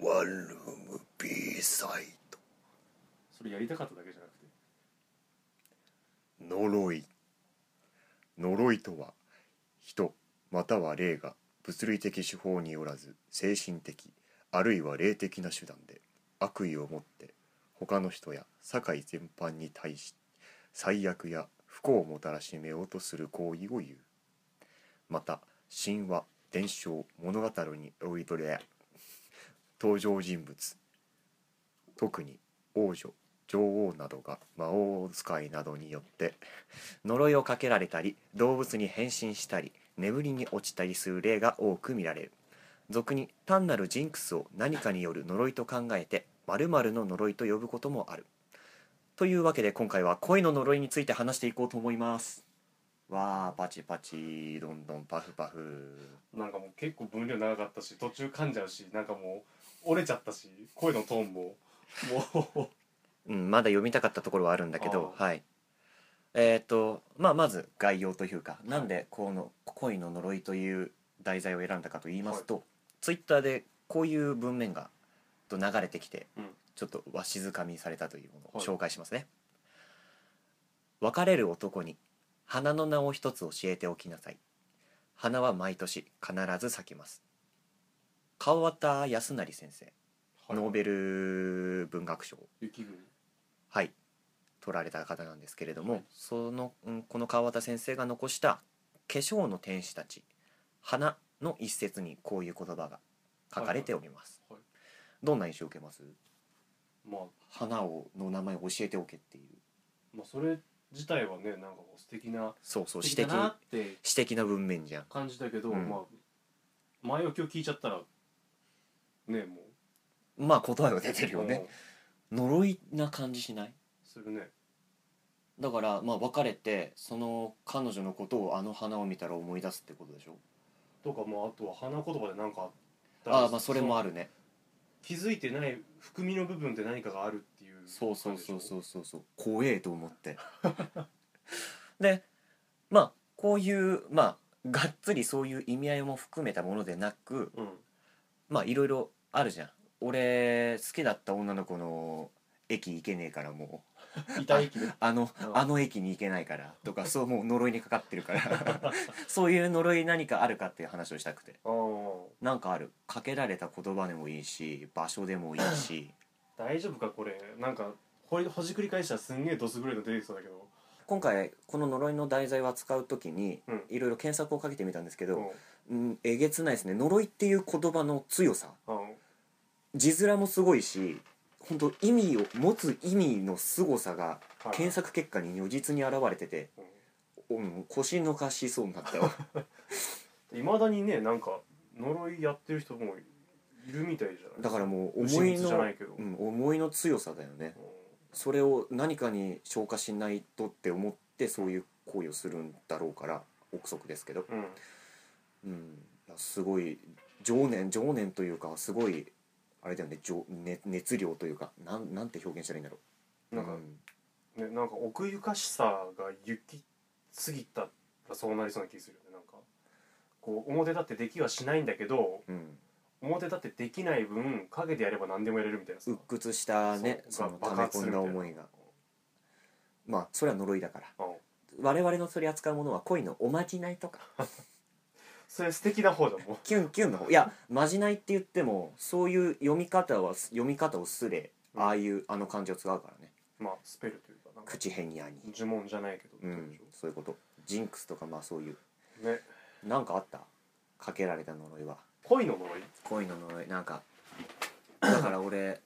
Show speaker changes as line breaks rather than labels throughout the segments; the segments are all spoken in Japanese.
ワンルーム B サイド
それやりたかっただけじゃなくて
呪い呪いとは人または霊が物理的手法によらず精神的あるいは霊的な手段で悪意を持って他の人や社会全般に対し最悪や不幸をもたらしめようとする行為を言うまた神話伝承物語においどれや登場人物特に王女女王などが魔王使いなどによって呪いをかけられたり動物に変身したり眠りに落ちたりする例が多く見られる俗に単なるジンクスを何かによる呪いと考えて〇〇の呪いと呼ぶこともあるというわけで今回は恋の呪いについて話していこうと思いますわーパチパチどんどんパフパフ
なんかもう結構分量長かったし途中噛んじゃうしなんかもう折れちゃったし声のトーンもも
うんまだ読みたかったところはあるんだけど
あ
はいえっ、とまあまず概要というか、なんでこの「恋の呪い」という題材を選んだかと言いますと、ツイッターでこういう文面がと流れてきて、
うん
ちょっとわしづかみされたというものを
はい
紹介しますね、別れる男に花の名を一つ教えておきなさい花は毎年必ず咲きます川端康成先生、
う
ノー
ル
ベル文学賞
雪国
はい取られた方なんですけれども、その、うん、この川端先生が残した「化粧の天使たち花」の一節にこういう言葉が書かれております、
はいはい
どんな印象を受けます
まあ
花をの名前を教えておけっていう
まあそれ自体はねなんかこう素敵な
そうそう
素
詩
敵だ
的
なって
詩的な文面じゃん
感じだけど、
うん
まあ前置きを聞いちゃったらねも
まあ答えは
う
出てるよね、呪いな感じしない
するね
だからまあ別れてその彼女のことをあの花を見たら思い出すってことでしょ
とかまああとは花言葉でなんかあったら
ああまあそれもあるね
気づいてない含みの部分で何かがあるっていう
そうそうそう
う
そうそうそう怖えと思って でまあこういうまあがっつりそういう意味合いも含めたものでなく
うん
まあいろいろあるじゃん俺好きだった女の子の駅行けねえからもう
痛い気で
あの
うん
あの駅に行けないからとかそうもう呪いにかかってるから そういう呪い何かあるかっていう話をしたくて
ああ
なんかあるかけられた言葉でもいいし場所でもいいし
大丈夫かこれなんかほいほじくり返したらすんげえドス黒いの出てきそうだけど
今回この呪いの題材を扱う時に
うん
いろいろ検索をかけてみたんですけど、
うん
うん、えげつないですね呪いっていう言葉の強さ
あの
字面もすごいし本当意味を持つ意味の凄さが
はい
検索結果に如実に現れてて、うん、腰抜かしそうになった わ
いまだにねなんか呪いやってる人もいるみたいじゃない
だからもう
牛
思い
蜜じゃ
の
ないけど、
うん、思いの強さだよねそれを何かに消化しないとって思ってそういう行為をするんだろうから憶測ですけど、
うん、
うん、いやすごい情念情念というかすごいあれだよね情熱熱量というかなんなんて表現したらいいんだろう
なんか、
うん
ねなんか奥ゆかしさが行き過ぎたらそうなりそうな気するよねなんかこう表立ってできはしないんだけど
うん、
表立ってできない分陰でやれば何でもやれるみたいなさ
鬱屈したねそ
そう
の溜
爆
め
発す
込
る
ん
み
だ
たいな
思いがまあそれは呪いだから
うん
我々の取り扱うものは恋のおまじないとか
それ素敵な方だもん
キュンキュンの方いやまじないって言ってもそういう読み方は読み方をすれ
うん
ああいうあの漢字を使うからね
まあスペルというかなんか
口変にあに
呪文じゃないけどっ
う
てことで
ん
しょ
そういうことジンクスとかまあそういう
ね
なんかあったかけられた呪いは
恋の呪い
恋の呪いなんかだから俺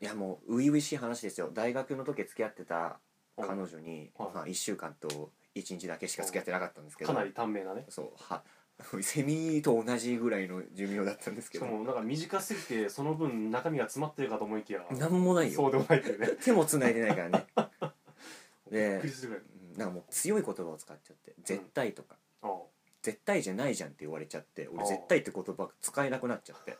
いやもう初々しい話ですよ大学の時付き合ってた彼女に、
はい
まあ、1週間と1日だけしか付き合ってなかったんですけど
かなり短命なね
そうは セミと同じぐらいの寿命だったんですけ
しか
ど
もなんか短すぎてその分中身が詰まってるかと思いきや
何もない
そ
よ
うでもないっていうね
手も繋いでないから ね
びっ
で
くりするぐらい
うんなんかもう強い言葉を使っちゃって「絶対」とか
ああ
「絶対じゃないじゃん」って言われちゃって俺「
ああ
絶 対」って言葉使えなくなっちゃって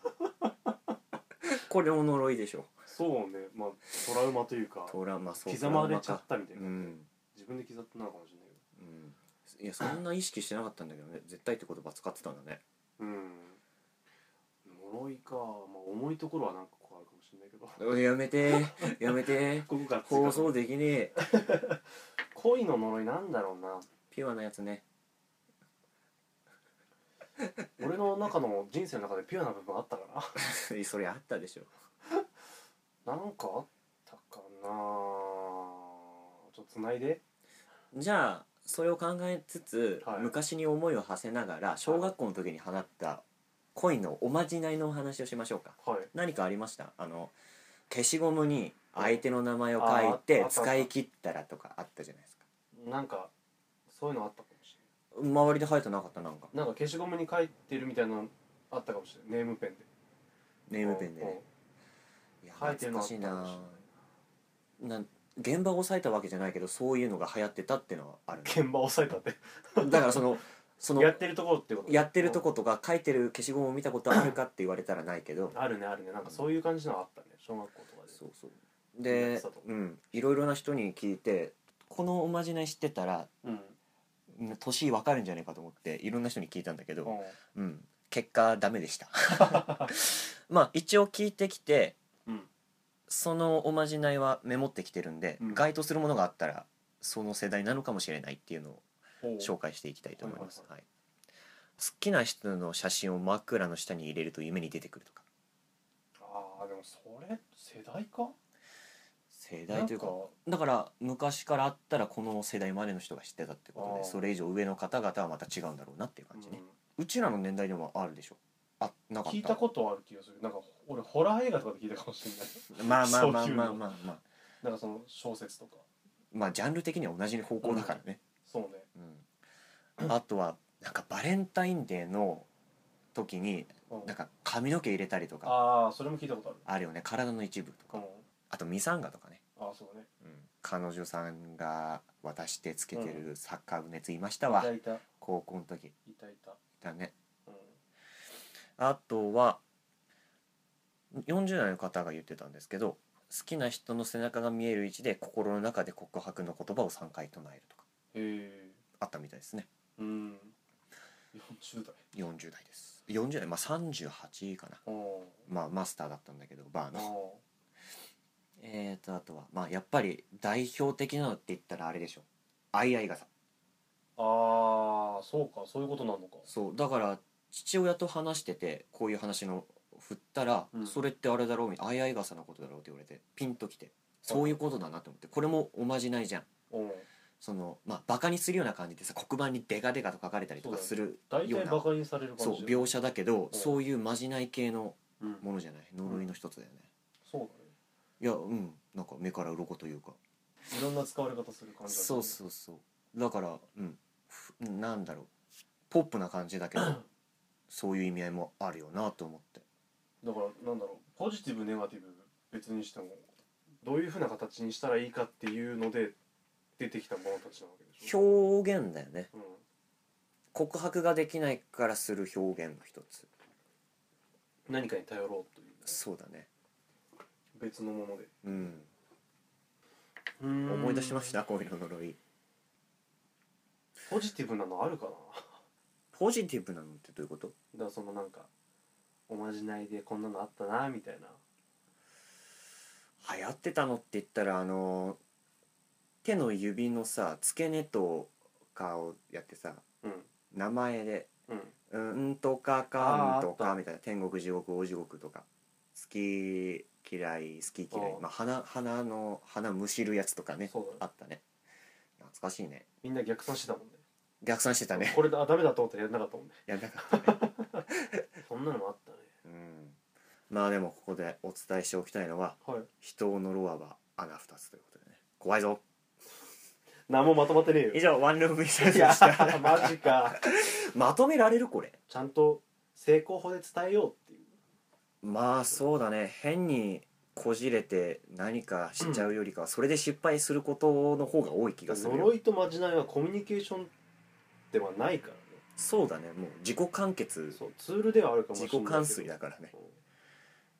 これも呪いでしょ
そうねまあトラウマというか
トラまあそう
刻まれちゃったみ
ト
たい
ラウマ
な、
かうん、
自分で刻ったのかもしれない
うん、いやそんな意識してなかったんだけどね絶対って言葉使ってたんだね
けどうん呪いか、まあ、重いところはなんかこうあるかもしれないけど
おいやめてーやめてー
ここが
放送できねえ
恋の呪いなんだろうな
ピュアなやつね
俺の中の人生の中でピュアな部分あったか
それあったでしょ
ななんかあったかなちょっと繋いで
じゃあそれを考えつつ、
はい
昔に思いを馳せながら小学校の時に放った恋のおまじないのお話をしましょうか
はい
何かありましたあの消しゴムに相手の名前を書い
あ
て
あった
使い切ったらとかあったじゃないですか
なんかそういうのあったかもし
周りで生えてなかったなんか
れないなんか消しゴムに書いてるみたいなのあったかもしれないネームペンで
ネームペンでねいや
書いて
懐
るのあ
か
った
しい
かもしれ
なな
ない
ん現場を抑えたわけじゃないけどそういうのが流行ってたっていうのはあるね
現場押さえたって
だからそのその
やってるところってこと
やってるとことか書いてる消しゴムを見たことあるかって言われたらないけど
あるねあるねなんかそういう感じのあったね小学校とかで
そうそう
やっ
で
てたと、
うん、いろいろな人に聞いてこのおまじない知ってたら
うん
うん年わかるんじゃないかと思っていろんな人に聞いたんだけど、
う
う
ん
ん、結果ダメで したまあ一応聞いてきて
うん
そのおまじないはメモってきてるんで、
うん
該当するものがあったらその世代なのかもしれないっていうのを
おう
紹介していきたいと思います、
は
は
い
い、好きな人の写真を枕の下に入れると夢に出てくるとか
ああでもそれ世代か
世代というかだから昔からあったらこの世代までの人が知ってたってこと
あ
で
ー
それ以上上の方々はまた違うんだろうなっていう
なん
感
か
じね、うちらの年代でもあるでしょあなか
うん
った
聞いたことある気がするなんか俺ホラー映画とかで聞いたかもしれない
まあまあまあ
そういう
ま
の
あまあまあ
なんかその小説とか
まあジャンル的には同じ方向だからね、
そうね
うんあとはなんかバレンタインデーの時に
うん
なんか髪の毛入れたりとか
ああそれも聞いたこと
あるよね体の一部と
あ
か
る
あとミサンガとかね、
うんああそうね
彼女さんが渡してつけてるサッカー部のやついましたわ、
いたいたい
高校の時
たいた
だね
うん
あとは40代の方が言ってたんですけど好きな人の背中が見える位置で心の中で告白の言葉を3回唱えるとか
へえ
あったみたいですね
うん40代
40代です40代まあ38かな
うん
まあマスターだったんだけどバー
あ
の
ー
えーとあとはまあやっぱり代表的なのって言ったらあれでしょあいあい傘
あーそうかそういうことなのか
そうだから父親と話しててこういう話の振ったら、
うん
それってあれだろうみたいなあいあい傘のことだろうって言われてピンときてそういうことだなと思ってこれもおまじないじゃん
うん
そのまあバカにするような感じでさ黒板にデカデカと書かれたりとかする
大
よう
体
な
バカにされる
そ
感
う
じ
描写だけど
うん
そういうまじない系の
うん
ものじゃない呪いの一つだよね
そうだね
いやうんなんか目から鱗というか
いろんな使われ方する感じだね
そうそうそうだからうんふなんだろうポップな感じだけ どそういう意味合いもあるよなと思って
だからなんだろうポジティブネガティブ別にしてもどういうふうな形にしたらいいかっていうので出てきたものたちなわけでしょ
表現だよね
うん
告白ができないからする表現の一つ
何かに頼ろうという
そうだね
別のもので
うん
うーん
思い出しましたこういうの呪い
ポジティブなのあるかな だか
ポジティブなのってどういうこと
らそのなんかおまじないでこんなのあったなみたいな
流行ってたのって言ったらあの手の指のさ付け根とかをやってさ
うん
名前で
うん
「うんとかかんと
あーあ
か」
った
みたいな「天国地獄大地獄」とか「好き嫌い好き嫌い
あ」ー
まあ鼻鼻の鼻むしるやつとかね
そうだね
あったね懐かしいね
みんな逆算してたもんね
逆算してたね
これだあダメだと思ったらやんなかったもんね
やんなかったね
そんなのもあったね
うんまあでもここでお伝えしておきたいのは
はい
人を呪わば穴二つということでね怖いぞ
何もまとまってねえよ
以上ワンルームミスで
いや
した
マジか
まとめられるこれ
ちゃんと成功法で伝えようっていう
まあそうだね変にこじれて何かしちゃうよりかは、それで失敗することの方が多い気がするよ
呪いとまじないはコミュニケーションではないからね
そうだねもう自己完結
そうツールではあるかもし
自
れない
己
けど
完遂だからね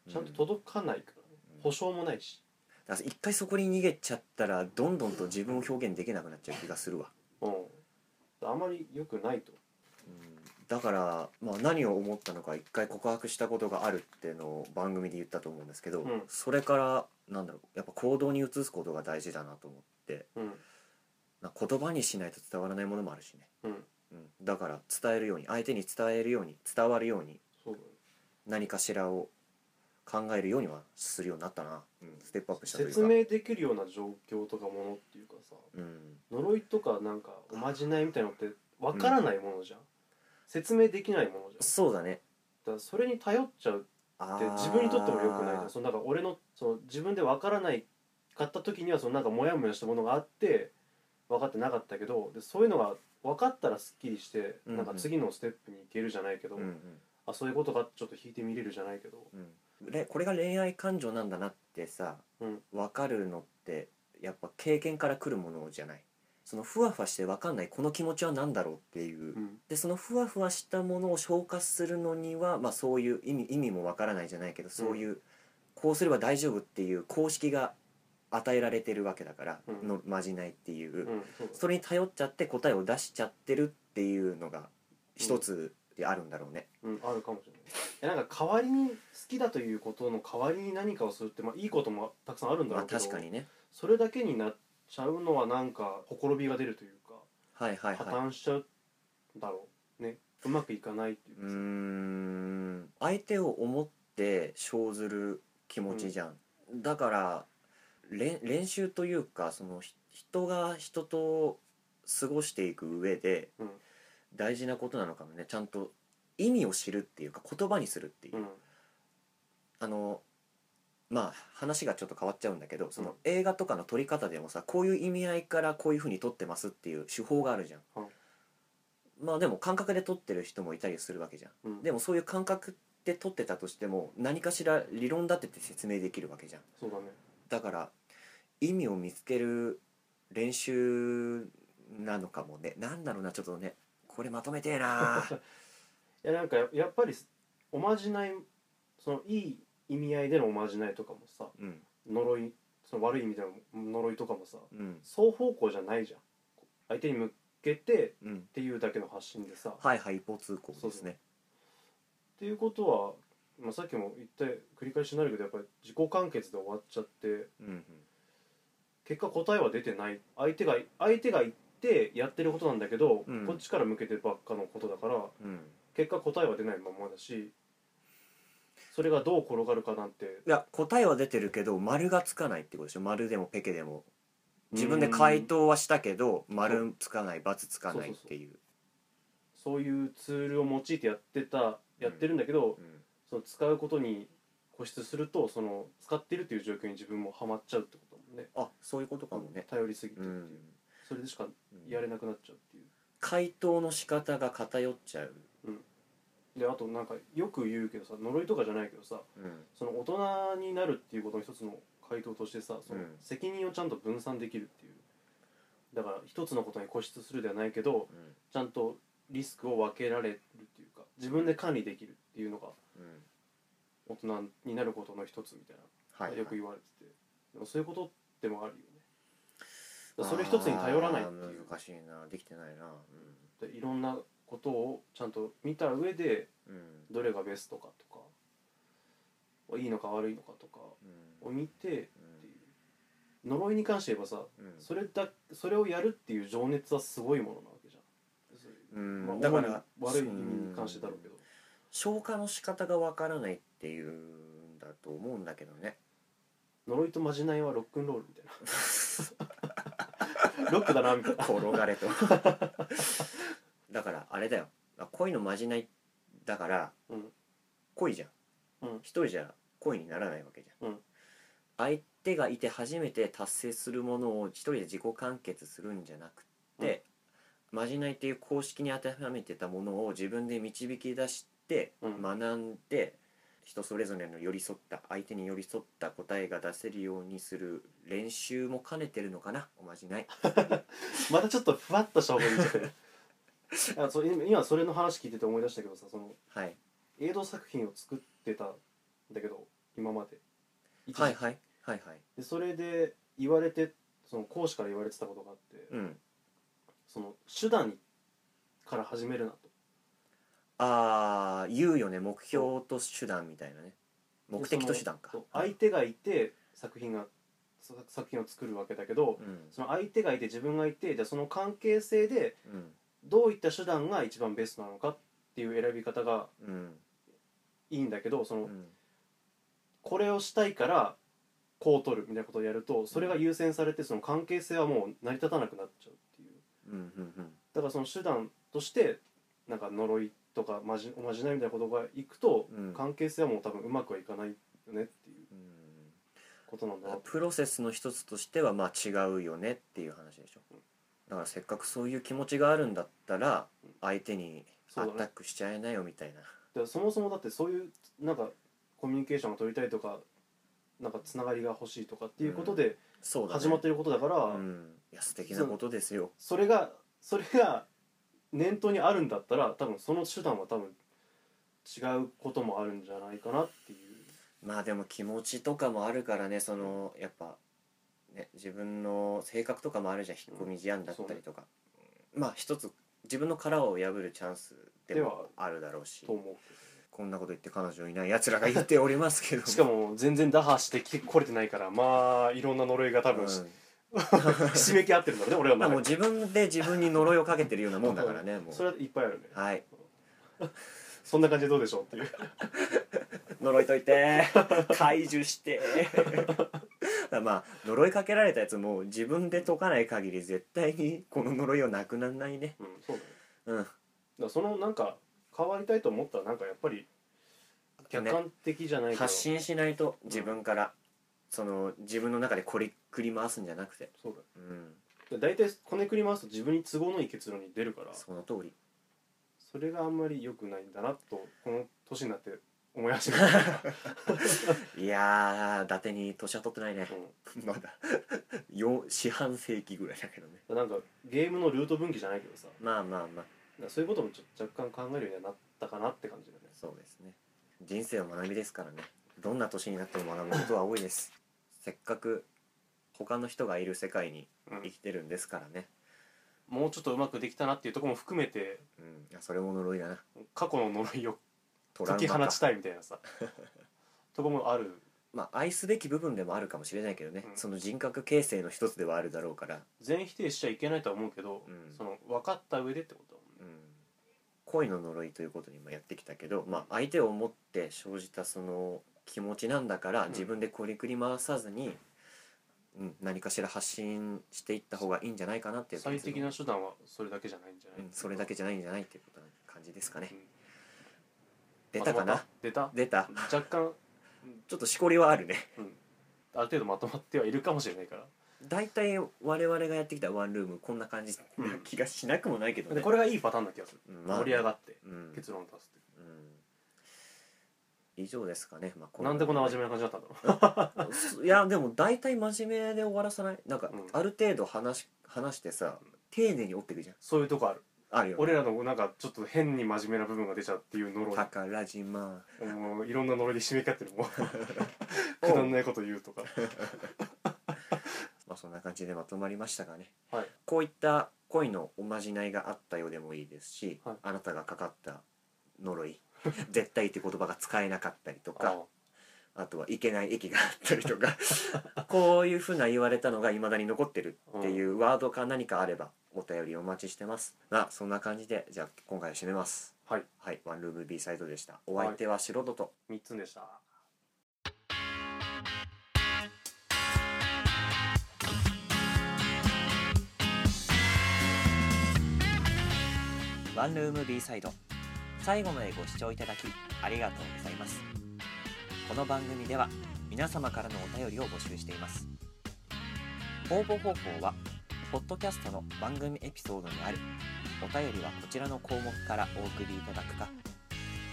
うんちゃんと届かないからね、
うん
保証もないし
だから一回そこに逃げちゃったらどんどんと自分を表現できなくなっちゃう気がするわ、
うんあまり良くないと
うん、だから、まあ、何を思ったのか一回告白したことがあるっていうのを番組で言ったと思うんですけど、
うん
それからなんだろうやっぱ行動に移すことが大事だなと思って
うん
な言葉にしないと伝わらないものもあるしね、
うん
うん、だから伝えるように相手に伝えるように伝わるように
そうだね
何かしらを考えるようにはするようになったな、うん、ステップアップしたというか
説明できるような状況とかものっていうかさ
うん、
呪いとかなんかおまじないみたいなのってわからないものじゃん、説明できないものじゃん
そうだね
だからそれに頼っちゃう
あ
って
ー
自分にとっても良くないじゃんそのなんか俺のその自分でわからないかった時にはそのなんかモヤモヤしたものがあって分かってなかったけどでそういうのが分かったらすっきりして
うんうん
なんか次のステップに行けるじゃないけど、
うん
あそういうことがちょっと引いてみれるじゃないけど
うんうんれこれが恋愛感情なんだなってさ、
うん
分かるのってやっぱ経験から来るものじゃないそのふわふわして分かんないこの気持ちは何だろうっていう、
うん
でそのふわふわしたものを消化するのには、まあ、そういう意味意味も分からないじゃないけどそういう、こうすれば大丈夫っていう公式が与えられてるわけだから、
うん
のまじないっていう、
うんそうだ
それに頼っちゃって答えを出しちゃってるっていうのが一つであるんだろうね、
うんあるかもしれないえなんか代わりに好きだということの代わりに何かをするってまあいいこともたくさんあるんだ
ま
ろ
あ
うけど、
確かにね
それだけになっちゃうのはなんかほころびが出るというか
はいはい
破
はい
綻しちゃうだろうねうまくいかないっていう
う
か
ー
さ
ん相手を思って生ずる気持ちじゃん、だから練練習というかそのひ人が人と過ごしていく上で
うん
大事なことなのかもねちゃんと意味を知るっていうか言葉にするっていう、
うん
あのまあ話がちょっと変わっちゃうんだけどその
うん
映画とかの撮り方でもさこういう意味合いからこういうふうに撮ってますっていう手法があるじゃん、
うん
まあでも感覚で撮ってる人もいたりするわけじゃん
うん
でもそういう感覚で撮ってたとしても何かしら理論立てて説明できるわけじゃん
そうだね
だから意味を見つける練習なのかもねなんだろうなちょっとねこれまとめてえな
いやなんかややっぱりおまじないそのいい意味合いでのおまじないとかもさ
うん
呪いその悪い意味での呪いとかもさ
うん
双方向じゃないじゃん相手に向けてっ
うん
ていうだけの発信でさっ
はいはい一方通行ですね
ていうことは、まあ、さっきも言って繰り返しになるけどやっぱり自己完結で終わっちゃって
うんうん
結果答えは出てない相手が相手が言ってやってることなんだけど、
うん
こっちから向けてばっかのことだから
うん
結果答えは出ないままだしそれがどう転がるかなんて
いや答えは出てるけど丸がつかないってことでしょ丸でもペケでも自分で回答はしたけど丸つかない×つかないっていう
そういうツールを用いてやってたやってるんだけど、
うん
その使うことに固執するとその使ってるっていう状況に自分もハマっちゃうってことだもんね
あそういうことかもね
頼りすぎてっ
う
ていう、
ん
それでしかやれなくなっちゃうっていう
回答の仕方が偏っちゃう、
であとなんかよく言うけどさ呪いとかじゃないけどさ
うん、
その大人になるっていうことの一つの回答としてさその
うん
責任をちゃんと分散できるっていうだから一つのことに固執するではないけどちゃんとリスクを分けられるっていうか自分で管理できるっていうのが
うん
大人になることの一つみたいな、
はい
よく言われててでもそういうことでもあるよねだからそれ一つに頼らないっていう
あー難しいなできてないな
でいろんなことをちゃんと見た上で
うんうん
どれがベストかとかいいのか悪いのかとか
う
を
ん
見てっていう呪いに関して言えばさ
うん
それだそれをやるっていう情熱はすごいものなわけじゃ、
うんん
まあ、
だか
主に
ら
悪い意味に関してだろうけど
消化の仕方がわからないっていうんだと思うんだけどね
呪いとまじない はロックンロールみたいなロックだなみたいな
転がれと だからあれだよあ恋のまじないだから、
うん
恋じゃん、
うん
一人じゃ恋にならないわけじゃん、
うん
相手がいて初めて達成するものを一人で自己完結するんじゃなくって、まじないっていう公式に当てはめてたものを自分で導き出して、
うん
学んで人それぞれの寄り添った相手に寄り添った答えが出せるようにする練習も兼ねてるのかなおまじ ない
またちょっとふわっとした方がいいんじゃないあそう今今それの話聞いてて思い出したけどさその
はい
映像作品を作ってたんだけど今まで一時
はいはいはいはい
でそれで言われてその講師から言われてたことがあって、
うん
その手段から始めるなと
ああ言うよね目標と手段みたいなね目的と手段か
そう相手がいて作品がそ作品を作るわけだけど
うん
その相手がいて自分がいてじゃあその関係性で
うん
どういった手段が一番ベストなのかっていう選び方が
うん
いいんだけどその、
うん
これをしたいからこう取るみたいなことをやるとそれが優先されてその関係性はもう成り立たなくなっちゃうっていう
うんうん
だからその手段としてなんか呪いとかまじおまじないみたいなことがいくと、
うん
関係性はもう多分うまくはいかないよねっていう
うん
ことなんだな
プロセスの一つとしてはまあ違うよねっていう話でしょだからせっかくそういう気持ちがあるんだったら
うん
相手に
そう
ア
だね
タックしちゃいなよみたいな
でそもそもだってそういうなんかコミュニケーションを取りたいとかなんかつながりが欲しいとかっていうことで
そうだね
始まってることだから、
うんいや素敵なことですよ
それがそれが念頭にあるんだったら多分その手段は多分違うこともあるんじゃないかなっていう
まあでも気持ちとかもあるからねそのやっぱね自分の性格とかもあるじゃん引っ込み思案だったりとかまあ一つ自分の殻を破るチャンスでもあるだろうし
と思
こんなこと言って彼女いない奴らが言っておりますけども
うしかも全然打破してきこれてないからまあいろんな呪いが多分、
う
し
ん
締め切合ってるんだろうね俺は
まあもう
も
自分で自分に呪いをかけてるようなもんだ からねも
そうれはいっぱいあるね
はい
そんな感じでどうでしょうっていう
呪いといて解除して まあ呪いかけられたやつも自分で解かない限り絶対にこの呪いはなくならないね
うんそうだ
うん
ねだからそのなんか変わりたいと思ったらなんかやっぱり客観的じゃないけど、
発信しないと自分からその自分の中でこりっくり回すんじゃなくて
そうだよ
うん
だから大体こねくり回すと自分に都合のいい結論に出るから
その通り
それがあんまり良くないんだなとこの年になって思い始めた、
いやー伊達に年は取ってないね まだよ四半世紀ぐらいだけどね
うん、 なんかゲームのルート分岐じゃないけどさ
まあまあまあ
なんかそういうこともちょ若干考えるようにはなったかなって感じだね
そうですね人生は学びですからねどんな年になっても学ぶことは多いですせっかく他の人がいる世界に生きてるんですからね
もうちょっとうまくできたなっていうところも含めて
うんいやそれも呪いだな
過去の呪いを
ト
解き放
か
ちたいみたい なさとこもある
まあ愛すべき部分でもあるかもしれないけどね、
うん
その人格形成の一つではあるだろうから、
全否定しちゃいけないとは思うけど、
うん
その分かった上でってことだもんね
うん、恋の呪いということにもやってきたけど、まあ、相手を思って生じたその気持ちなんだから、
うん
自分でこりくり回さずに、うん、何かしら発信していった方がいいんじゃないかなっていう
最適な手段はそれだけじゃないんじゃな
う
い、
ん、それだけじゃないんじゃないっていうことな感じですかね、
うん
出たか
ま
な
とまった
出
出た
た
若干
ちょっとしこりはあるね
ある程度まとまってはいるかもしれない から
大体我々がやってきたワンルームこんな感じな気がしなくもないけど
で
ね、
これがいいパターンな気がする、
うんまあ
盛り上がって
うんうん
結論を出すって、
以上ですかね、まあ、
なんでこんな真面目な感じだったんだろう
いやでも大体真面目で終わらさないなんか、
うん
ある程度話し話してさ丁寧に折っていくじゃん
そういうとこある
あるよ
俺らのなんかちょっと変に真面目な部分が出ちゃうっていう呪
宝島
いもういろんな呪いで締めかってる もんくだんないこと言うとか
まあそんな感じでまとまりましたがね
はい
こういった恋のおまじないがあったようでもいいですし、
はい
あなたがかかった呪い 絶対って言葉が使えなかったりと
あ
かあとはいけない駅があったりと かこういうふうな言われたのがいまだに残ってるっていうワードか何かあればお便りお待ちしてますまあそんな感じでじゃあ今回は締めます
はい
はいワンルーム B サイドでしたお相手は素人と、
3つでした
ワンルーム B サイド最後までご視聴いただきありがとうございますこの番組では皆様からのお便りを募集しています応募方法はポッドキャストの番組エピソードにあるお便りはこちらの項目からお送りいただくか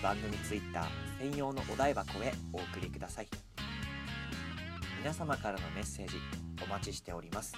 番組ツイッター専用のお台箱へお送りください皆様からのメッセージお待ちしております